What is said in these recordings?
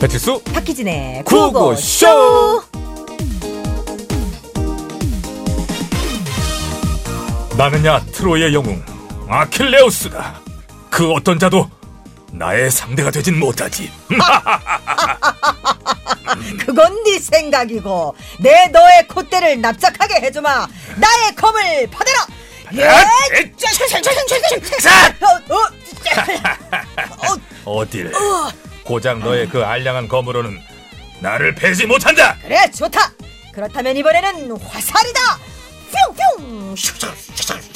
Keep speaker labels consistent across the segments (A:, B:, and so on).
A: 배칠수
B: 박희진의
A: 구호구쇼!
B: 구호구쇼
A: 나는야 트로이의 영웅 아킬레우스다. 그 어떤 자도 나의 상대가 되진 못하지.
B: 그건 네 생각이고 내 너의 콧대를 납작하게 해주마 나의 검을 받아라 예!
A: 에, 자!
B: 어, 어, 어,
A: 어딜 고작 너의 그 알량한 검으로는 나를 패지 못한다.
B: 그래 좋다 그렇다면 이번에는 화살이다 뿅뿅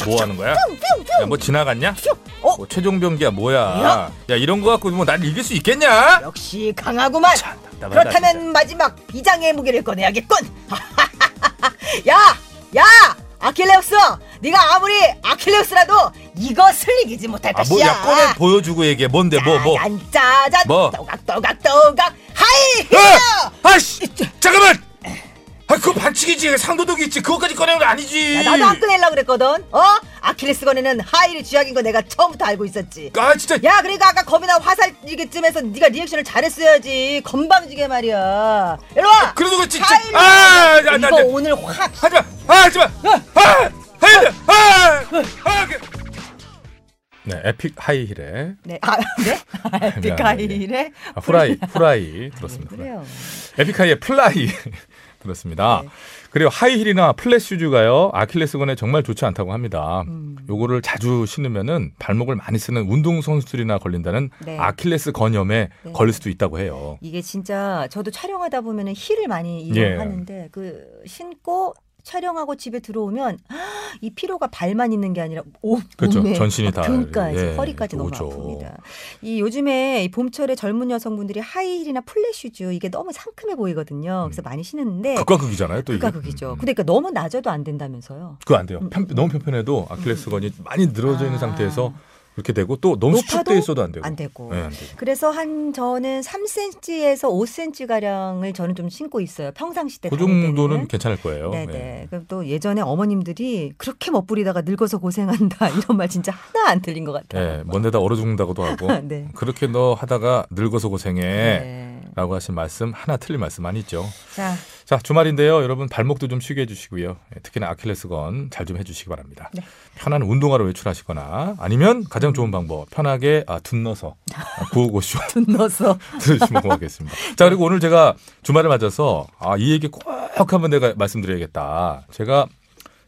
A: 뭐 하는 거야?
B: 뿅뿅
A: 야, 뭐 지나갔냐?
B: 어?
A: 뭐 최종 병기야 뭐야?
B: 야.
A: 야 이런 거 갖고 뭐 날 이길 수 있겠냐?
B: 역시 강하구만
A: 참, 답답하다,
B: 그렇다면
A: 진짜.
B: 마지막 비장의 무기를 꺼내야겠군 야! 야! 아킬레우스! 네가 아무리 아킬레우스라도 이것을 이기지 못할
A: 아
B: 것이야
A: 뭐야 꺼내 보여주고 얘기해 뭔데 뭐 뭐?
B: 짜잔 짜잔
A: 뭐?
B: 또각또각또각 하이 히어!
A: 아! 아씨 잠깐만. 아 그거 반칙이지 상도덕이 있지 그거까지 꺼내는 거 아니지.
B: 야, 나도 안 꺼내려고 그랬거든 어? 아킬레스 건에는 하이를 쥐약인 거 내가 처음부터 알고 있었지
A: 아 진짜
B: 야 그러니까 아까 검이나 화살 이게쯤에서 네가 리액션을 잘했어야지 건방지게 말이야 일로와
A: 그래도 그렇지
B: 하이를
A: 아, 아, 나, 나,
B: 이거
A: 나.
B: 오늘 확
A: 하지마 아 하지마 아 하이힐 아아 그. 네 에픽 하이힐의
B: 네, 아, 네? 아, 에픽하이래?
A: 아, 후라이 후라이 들었습니다 후라이.
B: 그래요.
A: 에픽하이의 플라이 들었습니다
B: 네.
A: 그리고 하이힐이나 플랫슈즈가요 아킬레스건에 정말 좋지 않다고 합니다
B: 음.
A: 요거를 자주 신으면은 발목을 많이 쓰는 운동선수들이나 걸린다는
B: 네.
A: 아킬레스 건염에
B: 네.
A: 걸릴 수도 있다고 해요
B: 이게 진짜 저도 촬영하다 보면은 힐을 많이
A: 예.
B: 이용하는데 그 신고 촬영하고 집에 들어오면 이 피로가 발만 있는 게 아니라 온
A: 그렇죠.
B: 몸에
A: 전신이 다,
B: 등까지
A: 예,
B: 허리까지 너무
A: 오죠.
B: 아픕니다. 이 요즘에 이 봄철에 젊은 여성분들이 하이힐이나 플랫슈즈 이게 너무 상큼해 보이거든요. 그래서 많이 신는데
A: 극과 극이잖아요 또 음. 이게
B: 극과 극이죠.
A: 음.
B: 근데 네. 그러니까 너무 낮아도 안 된다면서요.
A: 그거 안 돼요. 편- 너무 편편해도 아킬레스건이 많이 늘어져 있는
B: 음. 아.
A: 상태에서 그렇게 되고 또 너무
B: 높아도
A: 수축돼 있어도 안 되고.
B: 안 되고.
A: 네, 안 되고.
B: 그래서 한 저는 3cm에서 5cm 가량을 저는 좀 신고 있어요. 평상시 때.
A: 그
B: 다닐 때는.
A: 정도는 괜찮을 거예요.
B: 네네.
A: 예.
B: 그럼 또 예전에 어머님들이 그렇게 멋부리다가 늙어서 고생한다 이런 말 진짜 하나 안 들린 것 같아요.
A: 예, 뭔데다 얼어 죽는다고도 하고
B: 네.
A: 그렇게 너 하다가 늙어서 고생해.
B: 네.
A: 라고 하신 말씀 하나 틀린 말씀 아니죠.
B: 자,
A: 자 주말인데요, 여러분 발목도 좀 쉬게 해주시고요. 예, 특히나 아킬레스건 잘 좀 해주시기 바랍니다.
B: 네.
A: 편한 운동화로 외출하시거나 아니면 가장 좋은 방법 편하게 아, 둔너서 구호고쇼
B: 돈 넣어서.
A: 들으시면 고맙겠습니다. 자, 그리고 오늘 제가 주말을 맞아서 아, 이 얘기 꼭 한번 내가 말씀드려야겠다. 제가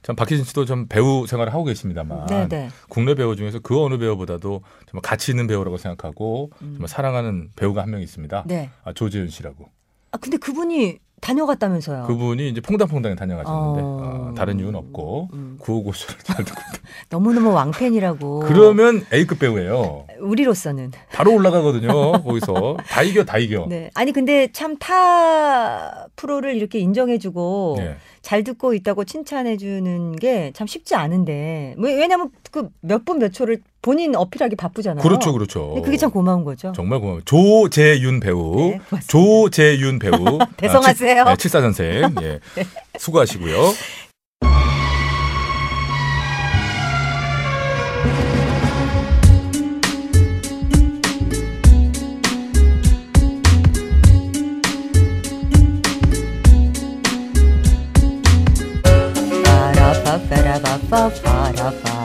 A: 참 박희진 씨도 참 배우 생활을 하고 계십니다만
B: 네네.
A: 국내 배우 중에서 그 어느 배우보다도 정말 가치 있는 배우라고 생각하고 정말 사랑하는 배우가 한 명 있습니다.
B: 음. 네.
A: 아, 조재윤 씨라고.
B: 아 근데 그분이 다녀갔다면서요.
A: 그분이 이제 퐁당퐁당에 다녀가셨는데
B: 아. 어.
A: 아, 다른 이유는 없고
B: 음. 어.
A: 구호고쇼를 잘 듣고 있다.
B: 너무너무 왕팬이라고.
A: 그러면 A급 배우예요.
B: 우리로서는.
A: 바로 올라가거든요. 거기서 다 이겨 다 이겨.
B: 네. 아니 근데 참 타 프로를 이렇게 인정해주고
A: 예.
B: 잘 듣고 있다고 칭찬해주는 게 참 쉽지 않은데 왜- 왜냐면 그 몇 분 몇 초를 본인 어필하기 바쁘잖아요.
A: 그렇죠, 그렇죠.
B: 근데 그게 참 고마운 거죠.
A: 정말 고마워요. 조재윤 배우.
B: 네, 고맙습니다.
A: 조재윤 배우.
B: 배송하세요. 네.
A: 아, 칠- 네, 칠사전생. 예. 수고하시고요.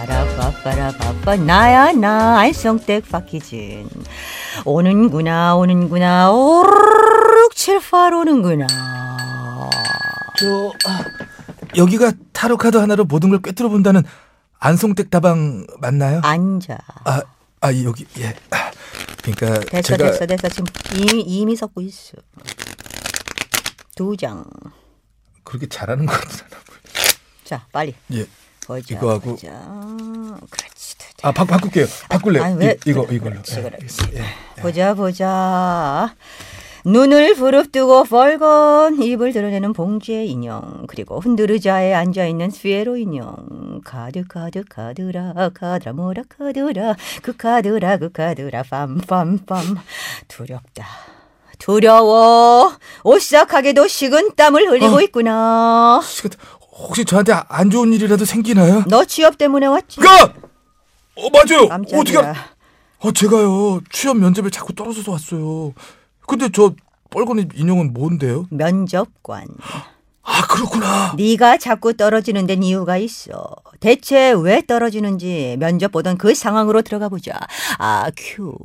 B: 빠라빠빠라바빠빠라빠빠라바빠 나야 나 안성댁 박희진 오는구나 오는구나 오르륵 칠팔 오는구나
A: 저, 아, 여기가 타로카드 하나로 모든 걸 꿰뚫어 본다는 안송댁 다방 맞나요?
B: 앉아
A: 아, 아, 여기, 예. 그러니까
B: 됐어 됐어 됐어 지금 이미, 이미 섞고 있어 두장자
A: 그렇게 잘하는 것 같진 않아 보여요.
B: 빨리
A: 예.
B: 거자
A: 이거하고.
B: 거자 그렇지 두장
A: 아, 바, 바꿀게요. 바꿀래요.
B: 아니, 왜-
A: 이, 이거, 이걸로.
B: 그렇지,
A: 예,
B: 그렇지.
A: 알겠습니다. 예.
B: 보자 보자. 눈을 부릅뜨고 벌건 입을 드러내는 봉지의 인형 그리고 흔들의자에 앉아있는 스피에로 인형 카드 카드 카드라 카드라 뭐라 카드라 그 카드라 그 카드라 빰빰빰 두렵다 두려워 오싹하게도 식은 땀을 흘리고
A: 어.
B: 있구나
A: 혹시- 혹시 저한테 안 좋은 일이라도 생기나요?
B: 너 취업 때문에 왔지?
A: 가! 그, 어, 맞아요.
B: 깜짝이야
A: 어떻게, 아, 제가요 취업 면접에 자꾸 떨어져서 왔어요. 근데 저 뻘건 인형은 뭔데요?
B: 면접관.
A: 아 그렇구나.
B: 네가 자꾸 떨어지는 데는 이유가 있어. 대체 왜 떨어지는지 면접 보던 그 상황으로 들어가 보자. 아, 큐.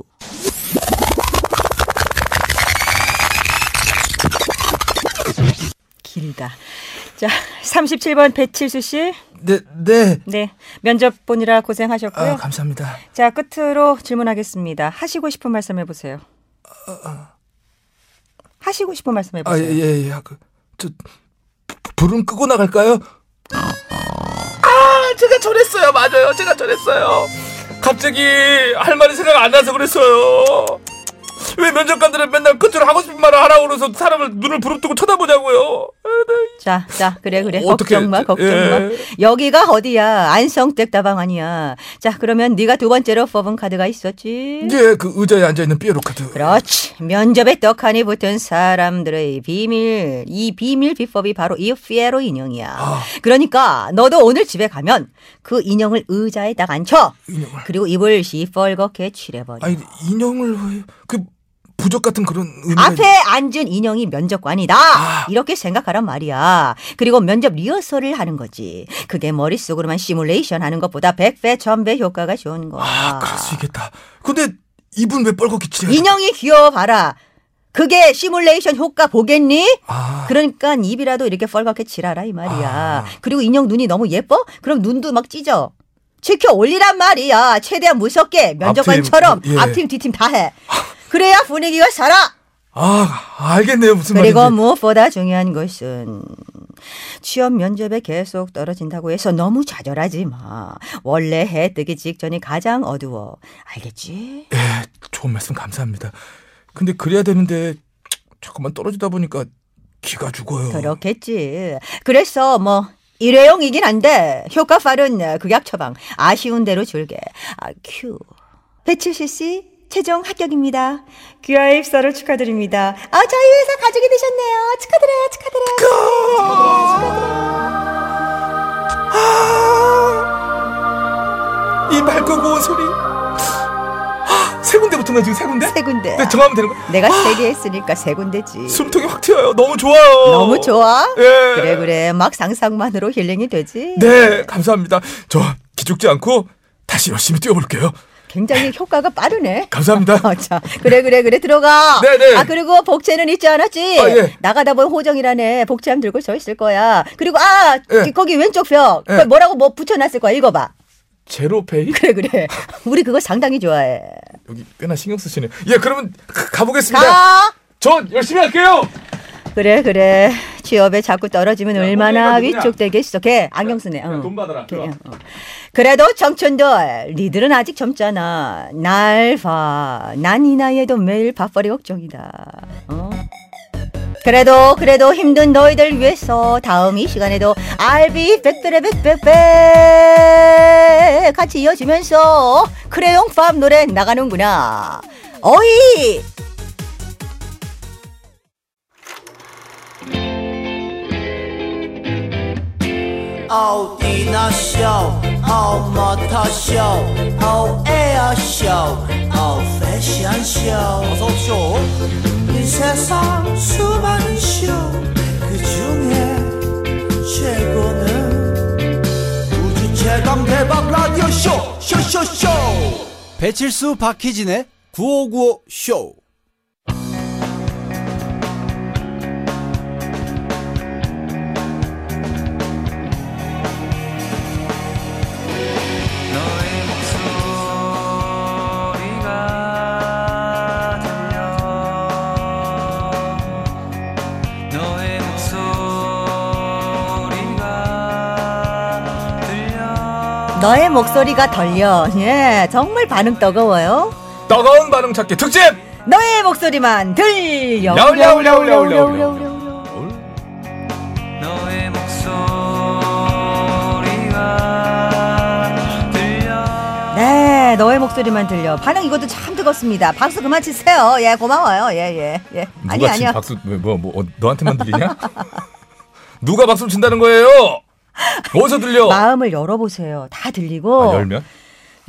B: 길다. 자, 37번 배칠수 씨.
A: 네 네.
B: 네. 면접 보느라 고생하셨고요.
A: 아 감사합니다.
B: 자, 끝으로 질문하겠습니다. 하시고 싶은 말씀 해 보세요. 하시고 싶은 말씀 해 보세요.
A: 아예예 예. 그, 저 불은 끄고 나갈까요? 아 제가 저랬어요 맞아요 제가 저랬어요. 갑자기 할 말이 생각 안 나서 그랬어요. 왜 면접관들은 맨날 끝으로 하고 싶은 말을 하라고 그래서 사람을 눈을 부릅뜨고 쳐다보냐고요. 아, 네.
B: 자, 자, 그래, 그래.
A: 어떻게-
B: 걱정 마, 걱정
A: 예.
B: 마. 여기가 어디야? 안성 댁다방 아니야. 자, 그러면 네가 두 번째로 뽑은 카드가 있었지.
A: 예, 그 의자에 앉아 있는 삐에로 카드.
B: 그렇지. 면접에 떡하니 붙은 사람들의 비밀. 이 비밀 비법이 바로 이 피에로 인형이야.
A: 아.
B: 그러니까 너도 오늘 집에 가면 그 인형을 의자에 딱 앉혀.
A: 인형을.
B: 그리고 입을 시뻘겋게 칠해버려.
A: 아니 인형을 왜- 그 부적 같은 그런 의미가
B: 앞에
A: 있-
B: 앉은 인형이 면접관이다.
A: 아.
B: 이렇게 생각하란 말이야. 그리고 면접 리허설을 하는 거지. 그게 머릿속으로만 시뮬레이션 하는 것보다 100배, 1000배 효과가 좋은 거야.
A: 아, 그럴 수 있겠다. 근데 입은 왜 뻘겋게 칠해?
B: 인형이 귀여워 봐라. 그게 시뮬레이션 효과 보겠니?
A: 아,
B: 그러니까 입이라도 이렇게 뻘겋게 칠하라 이 말이야.
A: 아.
B: 그리고 인형 눈이 너무 예뻐? 그럼 눈도 막 찢어. 지켜 올리란 말이야. 최대한 무섭게 면접관처럼
A: 앞팀, 예.
B: 앞팀 뒤팀 다 해. 그래야 분위기가 살아.
A: 아 알겠네요 무슨
B: 그리고
A: 말인지.
B: 무엇보다 중요한 것은 취업 면접에 계속 떨어진다고 해서 너무 좌절하지 마. 원래 해 뜨기 직전이 가장 어두워. 알겠지?
A: 예, 좋은 말씀 감사합니다. 근데 그래야 되는데 자꾸만 떨어지다 보니까 기가 죽어요.
B: 그렇겠지. 그래서 뭐 일회용이긴 한데 효과 빠른 극약 처방 아쉬운 대로 줄게. 아, 큐. 배칠실 씨 최종 합격입니다. 귀하의 입사를 축하드립니다. 아 저희 회사 가족이 되셨네요. 축하드려요. 축하드려요.
A: 아! 이 맑고 고운 소리. 아, 세 군데부터인가 지금 세 군데?
B: 세 군데.
A: 네, 정하면 되는 거.
B: 내가 세 개 했으니까 세 군데지.
A: 숨통이 확 트여요. 너무 좋아요.
B: 너무 좋아.
A: 예.
B: 그래 그래 막 상상만으로 힐링이 되지.
A: 네, 감사합니다. 저 기죽지 않고 다시 열심히 뛰어볼게요.
B: 굉장히 효과가 빠르네.
A: 감사합니다.
B: 어, 자, 그래 그래 그래 들어가.
A: 네, 네.
B: 아 그리고 복채는 잊지 않았지.
A: 아, 예.
B: 나가다 보면 호정이라네 복채함 들고 서 있을 거야. 그리고 아
A: 예.
B: 거기 왼쪽 벽
A: 예.
B: 그걸 뭐라고 뭐 붙여놨을 거야. 읽어봐.
A: 제로페이?
B: 그래 그래. 우리 그거 상당히 좋아해.
A: 여기 꽤나 신경 쓰시네요. 예, 그러면 가- 가보겠습니다.
B: 가.
A: 전 열심히 할게요.
B: 그래 그래. 취업에 자꾸 떨어지면
A: 야,
B: 얼마나
A: 거기가 누구냐?
B: 위축되겠어. 걔 안경 쓰네. 응.
A: 돈 받아라.
B: 오케이,
A: 들어와.
B: 어. 그래도 청춘들 니들은 아직 젊잖아 날 봐. 난 이 나이에도 매일 밥벌이 걱정이다. 어? 그래도 그래도 힘든 너희들 위해서 다음 이 시간에도 알비 백들의 백백백 같이 이어지면서 크레용 팝 노래 나가는구나. 어이
C: 어디나 쇼, 어모터 쇼, 어 에어 쇼, 어 패션 쇼. 어서 쇼. 이 세상 수많은 쇼, 그 중에 최고는 우주 최강 대박 라디오 쇼, 쇼쇼쇼. 배칠수 박희진의 9595 쇼.
D: 너의 목소리가 들려 너의 목소리가 들려
B: 너의 목소리가 들려. 예 정말 반응 뜨거워요.
A: 따가운 반응 찾기 특집.
B: 너의 목소리만 들려.
A: 려울려울려울려울려울려울려울.
D: 너의 목소리가 들려
B: 네, 너의 목소리만 들려. 반응 이것도 참 뜨겁습니다. 박수 그만 치세요. 예, 고마워요. 예, 예, 예.
A: 누가
B: 아니,
A: 지금
B: 아니요.
A: 박수 뭐뭐 뭐, 어, 너한테만 들리냐? 누가 박수 를 친다는 거예요? 어디서 들려?
B: 마음을 열어보세요. 다 들리고.
A: 아, 열면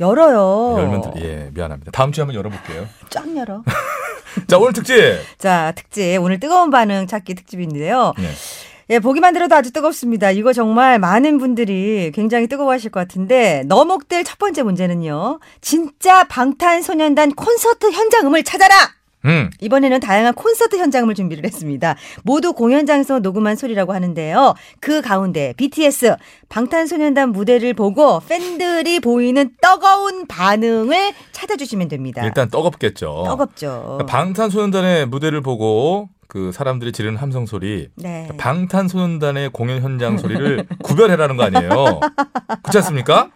B: 열어요.
A: 열면 더- 예 미안합니다. 다음 주에 한번 열어볼게요.
B: 쫙 열어.
A: 자 오늘 특집
B: 자 특집 오늘 뜨거운 반응 찾기 특집인데요.
A: 네.
B: 예, 보기만 들어도 아주 뜨겁습니다. 이거 정말 많은 분들이 굉장히 뜨거워하실 것 같은데 너목들 첫 번째 문제는요. 진짜 방탄소년단 콘서트 현장음을 찾아라.
A: 음
B: 이번에는 다양한 콘서트 현장음을 준비를 했습니다. 모두 공연장에서 녹음한 소리라고 하는데요. 그 가운데 BTS 방탄소년단 무대를 보고 팬들이 보이는 뜨거운 반응을 찾아주시면 됩니다.
A: 일단 떠겁겠죠.
B: 뜨겁죠.
A: 그러니까 방탄소년단의 무대를 보고 그 사람들이 지르는 함성 소리
B: 네.
A: 방탄소년단의 공연 현장 소리를 구별해라는 거 아니에요? 그렇지 않습니까?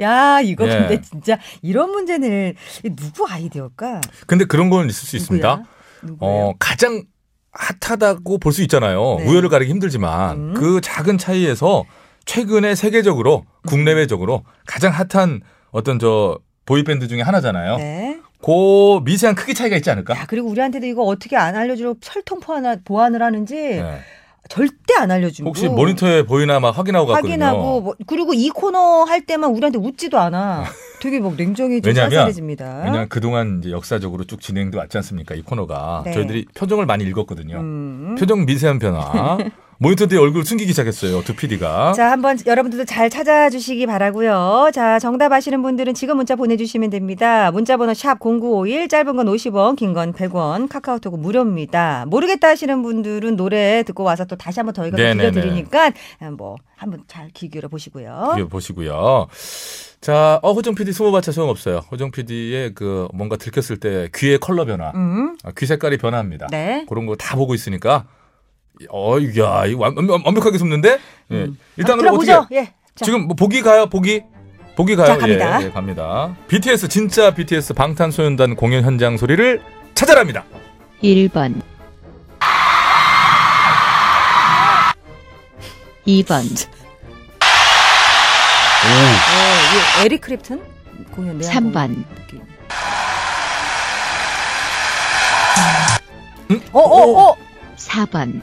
B: 야, 이거
A: 예.
B: 근데 진짜 이런 문제는 이 누구 아이디어일까?
A: 근데 그런 건 있을 수 있습니다.
B: 누구야? 누구예요?
A: 어, 가장 핫하다고 볼 수 있잖아요.
B: 네.
A: 우열을 가리기 힘들지만
B: 음.
A: 그 작은 차이에서 최근에 세계적으로 국내외적으로 가장 핫한 어떤 저 보이밴드 중에 하나잖아요.
B: 네.
A: 그 미세한 크기 차이가 있지 않을까?
B: 야, 그리고 우리한테도 이거 어떻게 안 알려주고 철통 보안, 보안을 하는지
A: 네.
B: 절대 안 알려주고.
A: 혹시 모니터에 보이나 막 확인하고 갔거든요.
B: 확인하고 뭐, 그리고 이 코너 할 때만 우리한테 웃지도 않아. 되게 막 냉정해지고
A: 왜냐면-
B: 싸늘해집니다.
A: 왜냐하면 그동안 이제 역사적으로 쭉 진행돼 왔지 않습니까? 이 코너가.
B: 네.
A: 저희들이 표정을 많이 읽었거든요.
B: 음.
A: 표정 미세한 변화. 모니터 뒤에 얼굴 숨기기 시작했어요. 두 PD가.
B: 자, 한번 여러분들도 잘 찾아주시기 바라고요. 자, 정답 아시는 분들은 지금 문자 보내주시면 됩니다. 문자번호 샵 #0951 짧은 건 50원, 긴 건 100원, 카카오톡은 무료입니다. 모르겠다 하시는 분들은 노래 듣고 와서 또 다시 한번 저희가
A: 네네네.
B: 들려드리니까 뭐 한번 잘 귀 기울여 보시고요.
A: 이거 보시고요. 자, 어, 호정 PD 스모바차 소용 없어요. 호정 PD의 그 뭔가 들켰을 때 귀의 컬러 변화,
B: 음,
A: 아, 귀 색깔이 변화합니다.
B: 네.
A: 그런 거 다 보고 있으니까, 어, 야, 이거 완, 완- 완벽하게 숨는데? 예. 일단 그럼 어떻게?
B: 음. 들어보죠. 예. 자.
A: 지금 뭐 보기 가요, 보기? 보기 가요.
B: 자, 갑니다.
A: 예, 예, 갑니다. BTS, 진짜 BTS 방탄소년단 공연 현장 소리를 찾아랍니다.
E: 1번 2번
B: 어, 예, 에릭 크립튼 공연 내한
E: 3번
B: 공연.
A: 음?
B: 어, 어, 어.
E: 4번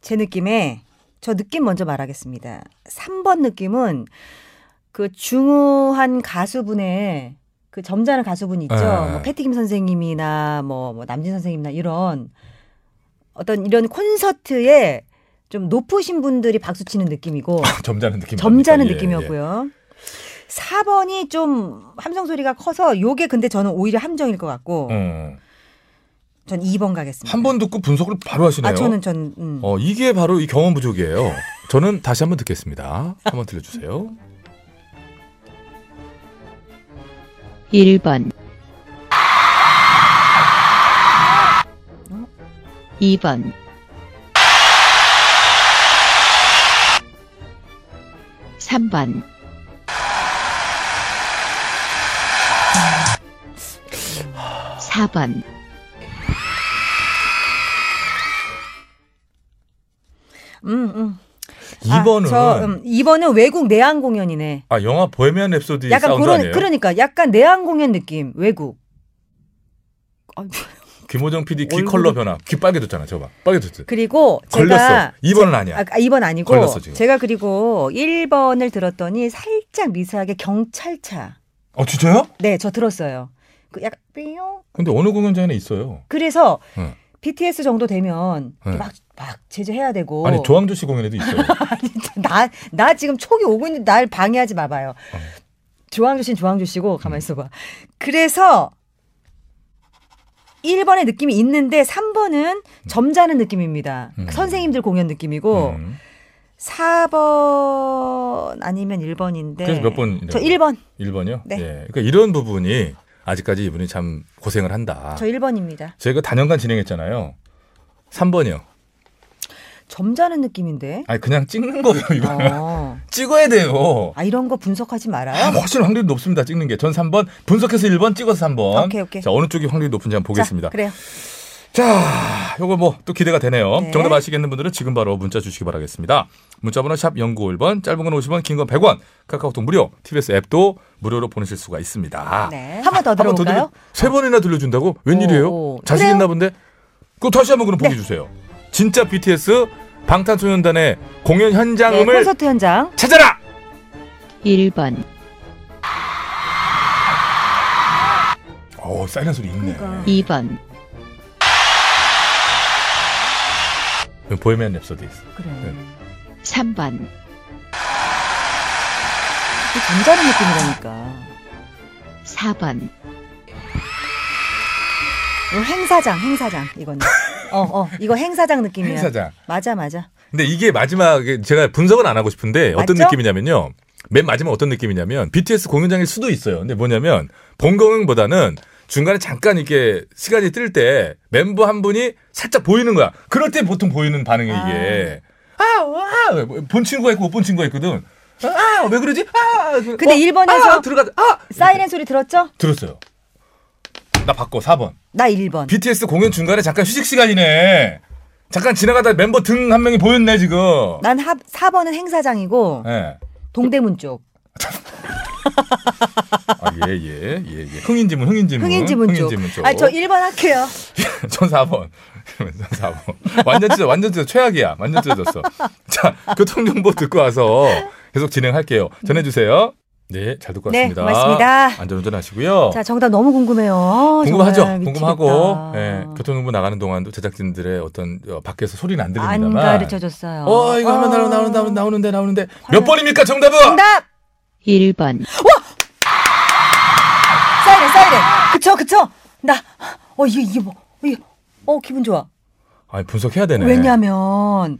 B: 제 느낌에 저 느낌 먼저 말하겠습니다. 3번 느낌은 그 중후한 가수분의 그 점잖은 가수분 있죠.
A: 네.
B: 뭐 패티김 선생님이나 뭐, 뭐 남진 선생님이나 이런 어떤 이런 콘서트에 좀 높으신 분들이 박수 치는 느낌이고
A: 점잖은 느낌.
B: 점잖은
A: 예,
B: 느낌이었고요. 4번이 좀 함성 소리가 커서 요게 근데 저는 오히려 함정일 것 같고
A: 예. 음.
B: 전 2번 가겠습니다.
A: 한번 듣고 분석을 바로 하시네요.
B: 아 저는 전 음.
A: 어, 이게 바로 이 경험 부족이에요. 저는 다시 한번 듣겠습니다. 한번 들려주세요.
B: 아,
E: 1번 2번 3번 사번
B: 음,
A: 2번은 아,
B: 저, 음, 2번은 외국 내한 공연이네.
A: 영화 보헤미안 랩소디
B: 약간
A: 사운드
B: 그런
A: 예, 아니에요?
B: 그러니까 약간 내한 공연 느낌 외국. 아,
A: 김호정 PD 귀
B: 얼굴이-
A: 컬러 변화. 귀 빨개졌잖아. 저봐. 빨개졌지.
B: 그리고
A: 걸렸어.
B: 제가
A: 2번은 아니야.
B: 아, 2번 아니고
A: 걸렸어, 지금.
B: 제가 그리고 1번을 들었더니 살짝 미세하게 경찰차.
A: 어, 진짜요?
B: 네, 저 들었어요. 그 약간 삐용.
A: 근데 어느 공연장에는 있어요.
B: 그래서
A: 응.
B: BTS 정도 되면
A: 응.
B: 막 막 제재해야 되고
A: 아니, 조항조 씨 공연에도 있어요.
B: 나, 나 지금 촉이 오고 있는데 날 방해하지 마봐요.
A: 어.
B: 조항조 씨는 조항조 씨고 가만히 있어봐. 그래서 1번의 느낌이 있는데 3번은 점잖은 느낌입니다.
A: 음.
B: 선생님들 공연 느낌이고
A: 음.
B: 4번 아니면 1번인데
A: 그래서 몇 번이냐고?
B: 네. 저 1번.
A: 1번이요?
B: 네.
A: 예. 그러니까 이런 부분이 아직까지 이분이 참 고생을 한다.
B: 저 1번입니다.
A: 저희가 그 단연간 진행했잖아요. 3번이요.
B: 점잖은 느낌인데.
A: 아니, 그냥 찍는 거예요, 이거.
B: 어.
A: 찍어야 돼요.
B: 아 이런 거 분석하지
A: 아,
B: 말아요.
A: 훨씬 확률이 높습니다. 찍는 게. 전 3번 분석해서 1번 찍어서 3번.
B: 오케이, 오케이.
A: 자, 어느 쪽이 확률이 높은지 한번 보겠습니다.
B: 자, 그래요.
A: 자, 요거 뭐 또 기대가 되네요.
B: 네.
A: 정답 아시겠는 분들은 지금 바로 문자 주시기 바라겠습니다. 문자 번호 샵 0951번, 짧은 건 50원, 긴 건 100원. 카카오톡 무료, TBS 앱도 무료로 보내실 수가 있습니다.
B: 네. 한 번 더
A: 한번더 들려-
B: 들어볼까요?
A: 세 번이나 들려준다고? 웬일이에요?
B: 오, 오.
A: 자신
B: 그래요? 네.
A: 있나 본데? 그거 다시 한번 그럼 보기 주세요. 진짜 BTS 방탄소년단의 공연
B: 네,
A: 현장음을
B: 콘서트 현장.
A: 찾아라.
E: 1번,
A: 어, 사이렌 소리 있네.
B: 그러니까.
E: 2번,
A: 여기 보헤미안 랩소디 있어.
B: 그래.
A: 네.
E: 3번,
B: 이게 잠자는 느낌이라니까.
E: 4번,
B: 이거 어, 행사장, 행사장 이거는. 어, 어, 이거 행사장 느낌이야.
A: 행사장.
B: 맞아, 맞아.
A: 근데 이게 마지막에 제가 분석은 안 하고 싶은데 어떤
B: 맞죠?
A: 느낌이냐면요. 맨 마지막 어떤 느낌이냐면 BTS 공연장일 수도 있어요. 근데 뭐냐면 본 공연보다는 중간에 잠깐 이렇게 시간이 뜰 때 멤버 한 분이 살짝 보이는 거야. 그럴 때 보통 보이는 반응이 이게 아, 와, 본 친구가 있고 못 본 친구가 있거든. 아, 왜 그러지? 아,
B: 근데 일 번에서
A: 아, 들어가. 아,
B: 사이렌 소리 들었죠?
A: 들었어요. 나 바꿔 4번.
B: 나 1번.
A: BTS 공연 중간에 잠깐 휴식 시간이네. 잠깐 지나가다 멤버 등 한 명이 보였네 지금.
B: 난 하, 4번은 행사장이고
A: 예.
B: 동대문 쪽.
A: 아, 예, 예, 예, 예. 흥인지문, 흥인지문.
B: 흥인지문 쪽. 아, 저 1번 할게요.
A: 전 4번. 전 4번. 완전 찢어, 완전 찢어. 최악이야. 완전 찢어졌어. 자, 교통정보 듣고 와서 계속 진행할게요. 전해주세요. 네, 잘 듣고
B: 네,
A: 왔습니다.
B: 고맙습니다.
A: 안전운전 하시고요.
B: 자, 정답 너무 궁금해요. 아,
A: 어. 궁금하죠?
B: 정말 미치겠다.
A: 궁금하고, 예, 교통정보 나가는 동안도 제작진들의 어떤 어, 밖에서 소리는 안
B: 안
A: 들립니다만.
B: 가르쳐 줬어요.
A: 아.
B: 아.
A: 어, 이거 하면 나오- 나오- 나오- 나오는데, 나오는데. 몇 번입니까, 정답은?
B: 정답!
E: 1번,
B: 사이렌, 사이렌. 그쵸, 그쵸. 나, 어, 이게, 이게 뭐, 이게, 어, 기분 좋아.
A: 아니, 분석해야 되네. 아,
B: 왜냐면,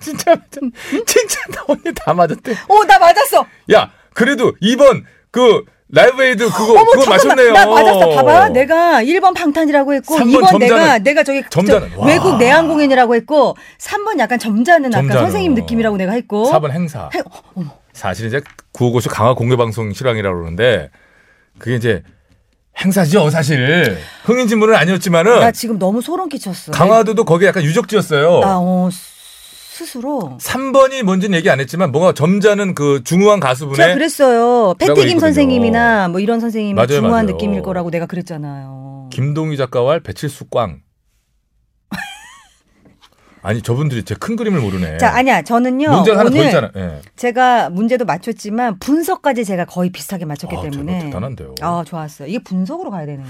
A: 진짜,
B: 음.
A: 진짜, 나 언니 다 맞았대.
B: 어, 나 맞았어.
A: 야, 그래도 2번 그 라이브 에이드 그거
B: 어머,
A: 그거 맞췄네요.
B: 잠깐만. 나 맞았어. 봐봐. 내가 1번 방탄이라고 했고,
A: 삼번
B: 2번 내가,
A: 점잖은-
B: 내가 저기,
A: 점잖은-
B: 저
A: 와.
B: 외국 내한공연이라고 했고, 3번 약간 점잖은, 아까
A: 점잖은,
B: 선생님
A: 어.
B: 느낌이라고 내가 했고.
A: 4번 행사.
B: 해- 어, 어머.
A: 사실 이제 구호고쇼 강화 공개 방송 실황이라고 그러는데 그게 이제 행사죠, 사실. 흥인 진문은
B: 나
A: 아니었지만은
B: 지금 너무 소름 끼쳤어.
A: 강화도도 거기 약간 유적지였어요.
B: 나, 어, 스스로.
A: 3번이 뭔지는 얘기 안 했지만 뭔가 점잖은 그 중후한
B: 제가
A: 가수분의
B: 그랬어요. 패티김
A: 있거든요.
B: 선생님이나 뭐 이런 선생님이
A: 맞아요,
B: 중후한
A: 맞아요.
B: 느낌일 거라고 내가 그랬잖아요.
A: 김동희 작가와 배칠수 꽝. 아니 저분들이 제 큰 그림을 모르네.
B: 자, 아니야. 저는요.
A: 문제가 하나 더
B: 오늘
A: 있잖아. 예.
B: 제가 문제도 맞췄지만 분석까지 제가 거의 비슷하게 맞췄기
A: 아,
B: 때문에
A: 정말 대단한데요.
B: 아, 좋았어요. 이게 분석으로 가야 되네요.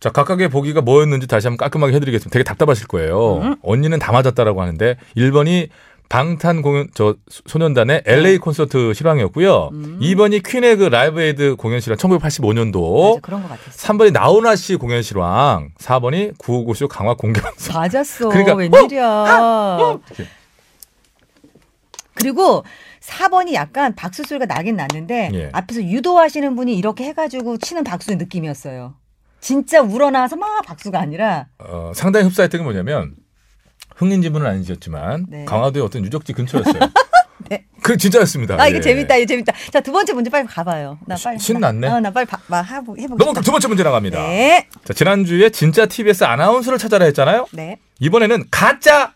A: 자, 각각의 보기가 뭐였는지 다시 한번 깔끔하게 해드리겠습니다. 되게 답답하실 거예요.
B: 음?
A: 언니는 다 맞았다라고 하는데 1번이 방탄 공연 저 소- 소년단의 LA
B: 음.
A: 콘서트 실황이었고요. 2번이 퀸의 그 라이브 에이드 공연 실황
B: 맞아,
A: 1985년도.
B: 그런 것 같았어.
A: 3번이 나훈아 씨 공연 실황. 4번이 구호고쇼 강화 공개 방송.
B: 맞았어.
A: 그러니까 아, 어.
B: 웬일이야. 그리고 4번이 약간 박수 소리가 나긴 났는데
A: 예.
B: 앞에서 유도하시는 분이 이렇게 해가지고 치는 박수 느낌이었어요. 진짜 우러나서 막 박수가 아니라
A: 어, 상당히 흡사했던 게 뭐냐면 흥인 지문은 아니셨지만
B: 네.
A: 강화도의 어떤 유적지 근처였어요.
B: 네.
A: 그 진짜였습니다.
B: 아, 이거
A: 예.
B: 재밌다, 이거 재밌다. 자, 두 번째 문제 빨리 가봐요. 나 빨리.
A: 신- 신났네.
B: 나, 어, 나 빨리 봐, 봐, 해보, 해보.
A: 넘어 두 번째 문제 나갑니다.
B: 네.
A: 자, 지난주에 진짜 TBS 아나운서를 찾아라 했잖아요.
B: 네.
A: 이번에는 가짜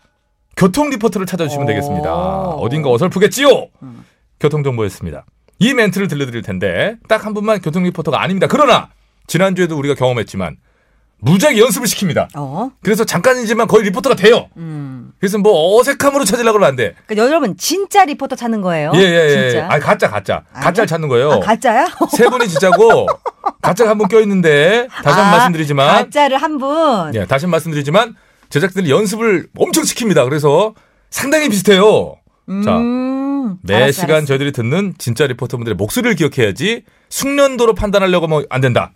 A: 교통 리포트를 찾아주시면
B: 오. 음.
A: 되겠습니다. 어딘가 어설프겠지요. 교통 정보였습니다. 이 멘트를 들려드릴 텐데 딱 한 분만 교통 리포터가 아닙니다. 그러나 지난주에도 우리가 경험했지만 무지하게 연습을 시킵니다.
B: 어.
A: 그래서 잠깐이지만 거의 리포터가 돼요.
B: 음.
A: 그래서 뭐 어색함으로 찾으려고 그러면 안 돼.
B: 그러니까 여러분, 진짜 리포터 찾는 거예요.
A: 예, 예, 예.
B: 어? 진짜.
A: 아, 가짜, 가짜. 가짜를 찾는 거예요.
B: 아, 가짜야?
A: 세 분이 진짜고 가짜가 한 분 껴있는데 다시 한 번
B: 아,
A: 말씀드리지만
B: 가짜를 한 분.
A: 예, 다시 말씀드리지만 제작진이 연습을 엄청 시킵니다. 그래서 상당히 비슷해요. 자,
B: 음.
A: 매
B: 알았어,
A: 시간
B: 알았어.
A: 저희들이 듣는 진짜 리포터분들의 목소리를 기억해야지 숙련도로 판단하려고 하면 안 된다.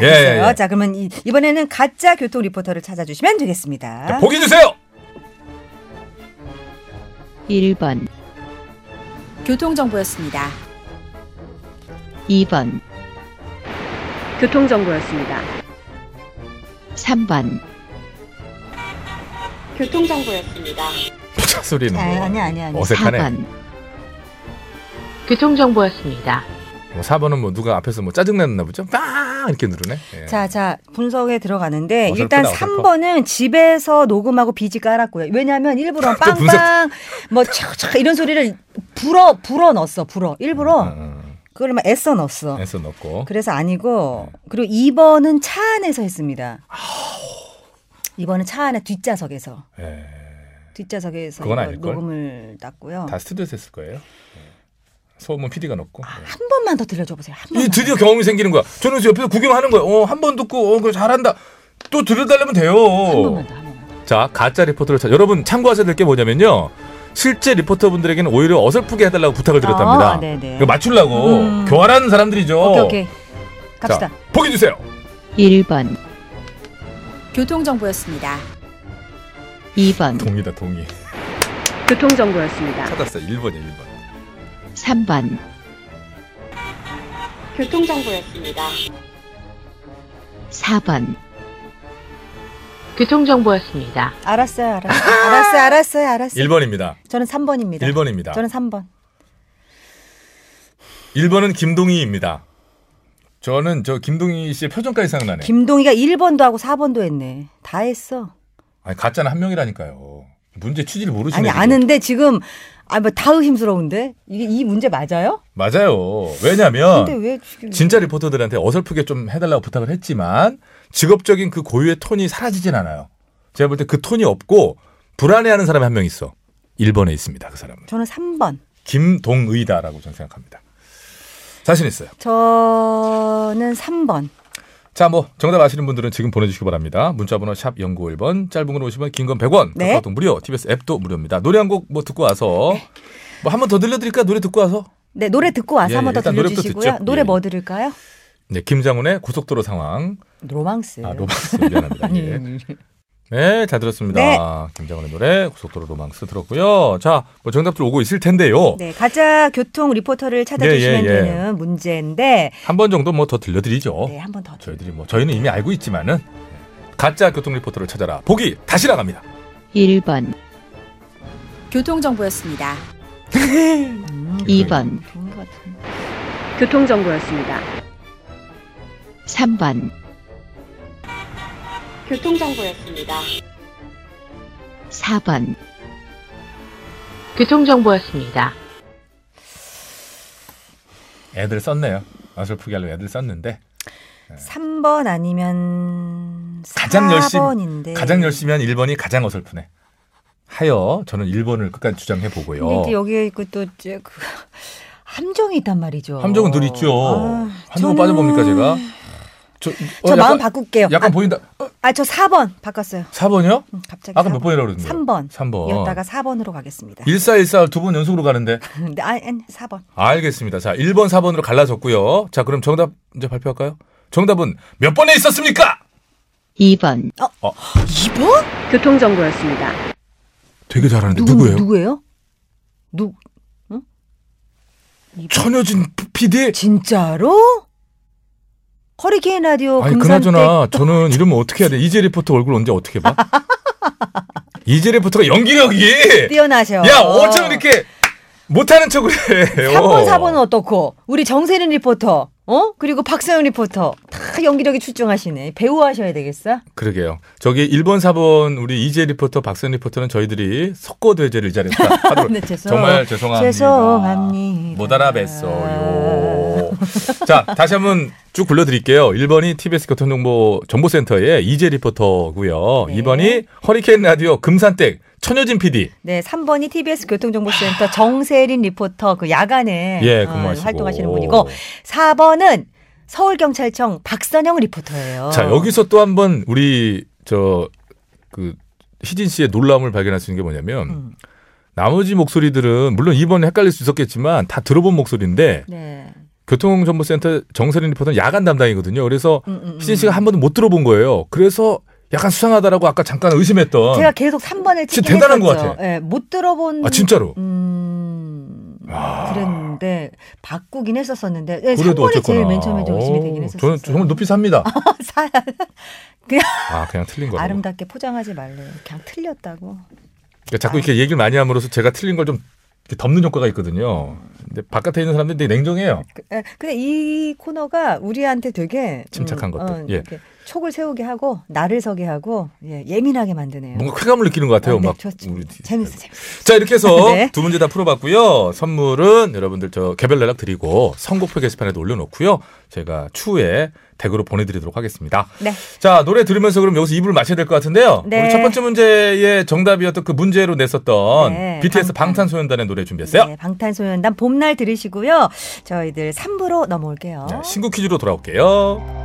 A: 예, 예,
B: 알았어요.
A: 예.
B: 자, 그러면 이, 이번에는 가짜 교통 리포터를 찾아주시면 되겠습니다.
A: 자, 보기 주세요.
E: 1번,
F: 교통정보였습니다.
E: 2번,
F: 교통정보였습니다.
E: 3번,
F: 교통정보였습니다.
A: 포차 소리는
B: 아,
A: 뭐
B: 아니, 아니, 아니.
A: 어색하네.
E: 4번,
F: 교통정보였습니다.
A: 뭐 4번은 뭐 누가 앞에서 뭐 짜증 냈나 보죠. 빵 이렇게 누르네. 예.
B: 자, 자, 분석에 들어가는데
A: 어설프다,
B: 일단
A: 어설퍼.
B: 3번은 집에서 녹음하고 비지 깔았고요. 왜냐하면 일부러
A: 또 분석-
B: 빵빵 뭐 착착 이런 소리를 불어 불어 넣었어. 불어
A: 어,
B: 일부러
A: 어,
B: 그걸 막 애써 넣었어.
A: 애써 음. 넣고.
B: 그래서 아니고 그리고 2번은 차 안에서 했습니다. 2번은 차 안에 뒷좌석에서.
A: 예.
B: 뒷좌석에서
A: 그건 아닐걸?
B: 녹음을 땄고요.
A: 다 스튜디오 했을 거예요. 예. 소음은 PD가 넣고. 예.
B: 한 번만 더 들려줘보세요. 한 번만.
A: 이 드디어 경험이 생기는 거야. 저는 옆에서 구경하는 거야. 어, 한 번 듣고, 어, 그 잘한다. 또 들려달라면 돼요.
B: 한 번만 더, 한 번만 더.
A: 자, 가짜 리포터를 찾. 여러분 참고하셔야 될 게 뭐냐면요. 실제 리포터분들에게는 오히려 어설프게 해달라고 부탁을 드렸답니다.
B: 아, 네네.
A: 이거 맞추려고
B: 음.
A: 교활한 사람들이죠.
B: 오케이 오케이. 갑시다.
A: 어. 자, 보기 주세요.
E: 1번,
G: 교통정보였습니다.
E: 2번,
A: 동의다 동의.
F: 교통정보였습니다.
A: 찾았어. 1번이야 1번.
E: 3번,
F: 교통정보였습니다.
E: 4번,
F: 교통정보였습니다.
B: 알았어요, 알았어요. 알았어요, 알았어요, 알았어요.
A: 1번입니다.
B: 저는 3번입니다.
A: 아! 1번입니다.
B: 저는 3번.
A: 1번은 김동희입니다. 저는 저 김동희 씨의 표정까지 생각나네.
B: 김동희가 1번도 하고 4번도 했네. 다 했어.
A: 아니 가짜는 한 명이라니까요. 문제 취지를 모르시네.
B: 아니 아는데 지금 아 뭐 다 의심스러운데 이게 이 문제 맞아요?
A: 맞아요. 왜냐면
B: 근데 왜 지금
A: 어. 진짜 리포터들한테 어설프게 좀 해달라고 부탁을 했지만 직업적인 그 고유의 톤이 사라지진 않아요. 제가 볼 때 그 톤이 없고 불안해하는 사람이 한 명 있어. 1번에 있습니다. 그 사람은.
B: 저는 3번.
A: 김동의다라고 저는 생각합니다. 자신 있어요.
B: 저는 3번.
A: 자, 뭐 정답 아시는 분들은 지금 보내주시기 바랍니다. 문자번호 샵 0951번, 짧은 건 50원, 긴 건 100원,
B: 네.
A: 카카오톡 무료, TBS 앱도 무료입니다. 노래 한 곡 뭐 듣고 와서 뭐 한 번 더 들려드릴까? 노래 듣고 와서
B: 네, 노래 듣고 와서
A: 예,
B: 한 번 더
A: 일단 노래부터
B: 들려주시고요.
A: 듣죠.
B: 노래
A: 예.
B: 뭐 들을까요?
A: 네, 김장훈의 고속도로 상황.
B: 로망스.
A: 아, 로망스 미안합니다.
B: 아니,
A: 예.
B: 아니.
A: 네, 잘 들었습니다.
B: 음. 네.
A: 김정은의 노래 고속도로 로망스 들었고요. 자, 뭐 정답들 오고 있을 텐데요.
B: 네, 가짜 교통 리포터를 찾아주시면
A: 예, 예, 예.
B: 되는 문제인데
A: 한 번 정도 뭐 더 들려드리죠.
B: 네, 한 번 더.
A: 저희들이 뭐 저희는 이미 알고 있지만은 네. 가짜 교통 리포터를 찾아라. 보기 다시 나갑니다.
E: 1번,
G: 교통정보였습니다.
B: 음,
E: 2번,
B: 좋은 것 같은데.
F: 교통정보였습니다.
E: 3번,
F: 교통정보였습니다.
E: 4번,
F: 교통정보였습니다.
A: 애들 썼네요. 어설프게 하려고 애들 썼는데
B: 3번 아니면
A: 가장 열심-
B: 4번인데
A: 가장 열심히 한 1번이 가장 어설프네. 하여 저는 1번을 끝까지 주장해
B: 근데 이제
A: 보고요.
B: 여기에 있고 또 이제 그 함정이 있단 말이죠.
A: 함정은 늘 있죠.
B: 아,
A: 함정은
B: 저는-
A: 빠져봅니까 제가? 저, 어,
B: 저
A: 약간-
B: 마음 바꿀게요.
A: 약간 보인다. 어,
B: 아, 저 4번 바꿨어요.
A: 4번이요?
B: 음, 갑자기
A: 아까 몇 번이라고 그랬는데?
B: 3번.
A: 3번.
B: 이었다가 4번으로 가겠습니다.
A: 1414 두 번 연속으로 가는데
B: 근데 아, 아니, 4번.
A: 알겠습니다. 자, 1번, 4번으로 갈라졌고요. 자, 그럼 정답 이제 발표할까요? 정답은 몇 번에 있었습니까?
E: 2번,
B: 2번?
F: 교통정보였습니다.
A: 되게 잘하는데
B: 누구,
A: 누구예요?
B: 누구예요? 누
A: 천여진 PD?
B: 진짜로? 허리케인 라디오
A: 아니,
B: 금산 때
A: 그나저나 저는 이러면 어떻게 해야 돼? 이재 리포터 얼굴 언제 어떻게 봐? 이재 리포터가 연기력이
B: 뛰어나셔.
A: 야, 어쩜 이렇게 못하는 척을 해요?
B: 3번, 4번은 어떻고? 우리 정세린 리포터, 어? 그리고 박서영 리포터. 다 연기력이 출중하시네. 배우 하셔야 되겠어?
A: 그러게요. 저기 1번, 4번 우리 이재 리포터, 박선 리포터는 저희들이 석고대죄를 잘했다. 하도록
B: 네, 죄송-
A: 정말 죄송합니다.
B: 죄송합니다.
A: 못 알아뵀어요. 자, 다시 한번 쭉 불러드릴게요. 1번이 TBS 교통정보 정보센터의 이재 리포터고요.
B: 네.
A: 2번이 허리케인 라디오 금산댁 천여진 PD.
B: 네, 3번이 TBS 교통정보센터 정세린 리포터 그 야간에
A: 예,
B: 어,
A: 근무하시고.
B: 활동하시는 분이고 4번은 서울경찰청 박선영 리포터예요.
A: 자, 여기서 또 한 번 우리 저 그 희진 씨의 놀라움을 발견할 수 있는 게 뭐냐면
B: 음.
A: 나머지 목소리들은 물론 2번에 헷갈릴 수 있었겠지만 다 들어본 목소리인데
B: 네.
A: 교통정보센터 정세린 리포터는 야간 담당이거든요. 그래서
B: 음, 음, 음.
A: 희진 씨가 한 번도 못 들어본 거예요. 그래서 약간 수상하다라고 아까 잠깐 의심했던.
B: 제가 계속 3번을
A: 진짜
B: 찍긴
A: 대단한 것
B: 했었죠.
A: 같아.
B: 예, 못 들어본
A: 아 진짜로.
B: 음.
A: 아.
B: 그랬는데 바꾸긴 했었었는데 네,
A: 그래도
B: 3번이
A: 어쨌거나.
B: 제일 맨 처음에 좀 의심이 되긴
A: 오,
B: 했었어요.
A: 저는 정말 높이 삽니다.
B: 사-
A: 아 그냥 틀린 거라고.
B: 아름답게 포장하지 말래요. 그냥 틀렸다고.
A: 그러니까 자꾸 이렇게 얘기를 많이 함으로써 제가 틀린 걸 좀 덮는 효과가 있거든요. 근데 바깥에 있는 사람들이 되게 냉정해요.
B: 그- 예, 근데 이 코너가 우리한테 되게
A: 침착한 것들. 예.
B: 이렇게 촉을 세우게 하고 나를 서게 하고 예, 예민하게 만드네요.
A: 뭔가 쾌감을 느끼는 것 같아요.
B: 아, 네,
A: 막
B: 좋죠.
A: 우리
B: 재밌어 재밌어.
A: 자 이렇게 해서
B: 네.
A: 두 문제 다 풀어봤고요. 선물은 여러분들 저 개별 연락 드리고 선곡표 게시판에도 올려놓고요. 제가 추후에 댁으로 보내드리도록 하겠습니다.
B: 네.
A: 자 노래 들으면서 그럼 여기서 입을 마셔야 될 것 같은데요.
B: 네.
A: 우리 첫 번째 문제의 정답이었던 그 문제로 냈었던
B: 네.
A: BTS 방탄소년단의 노래 준비했어요.
B: 네, 방탄소년단 봄날 들으시고요. 저희들 3부로 넘어올게요.
A: 네, 신곡 퀴즈로 돌아올게요.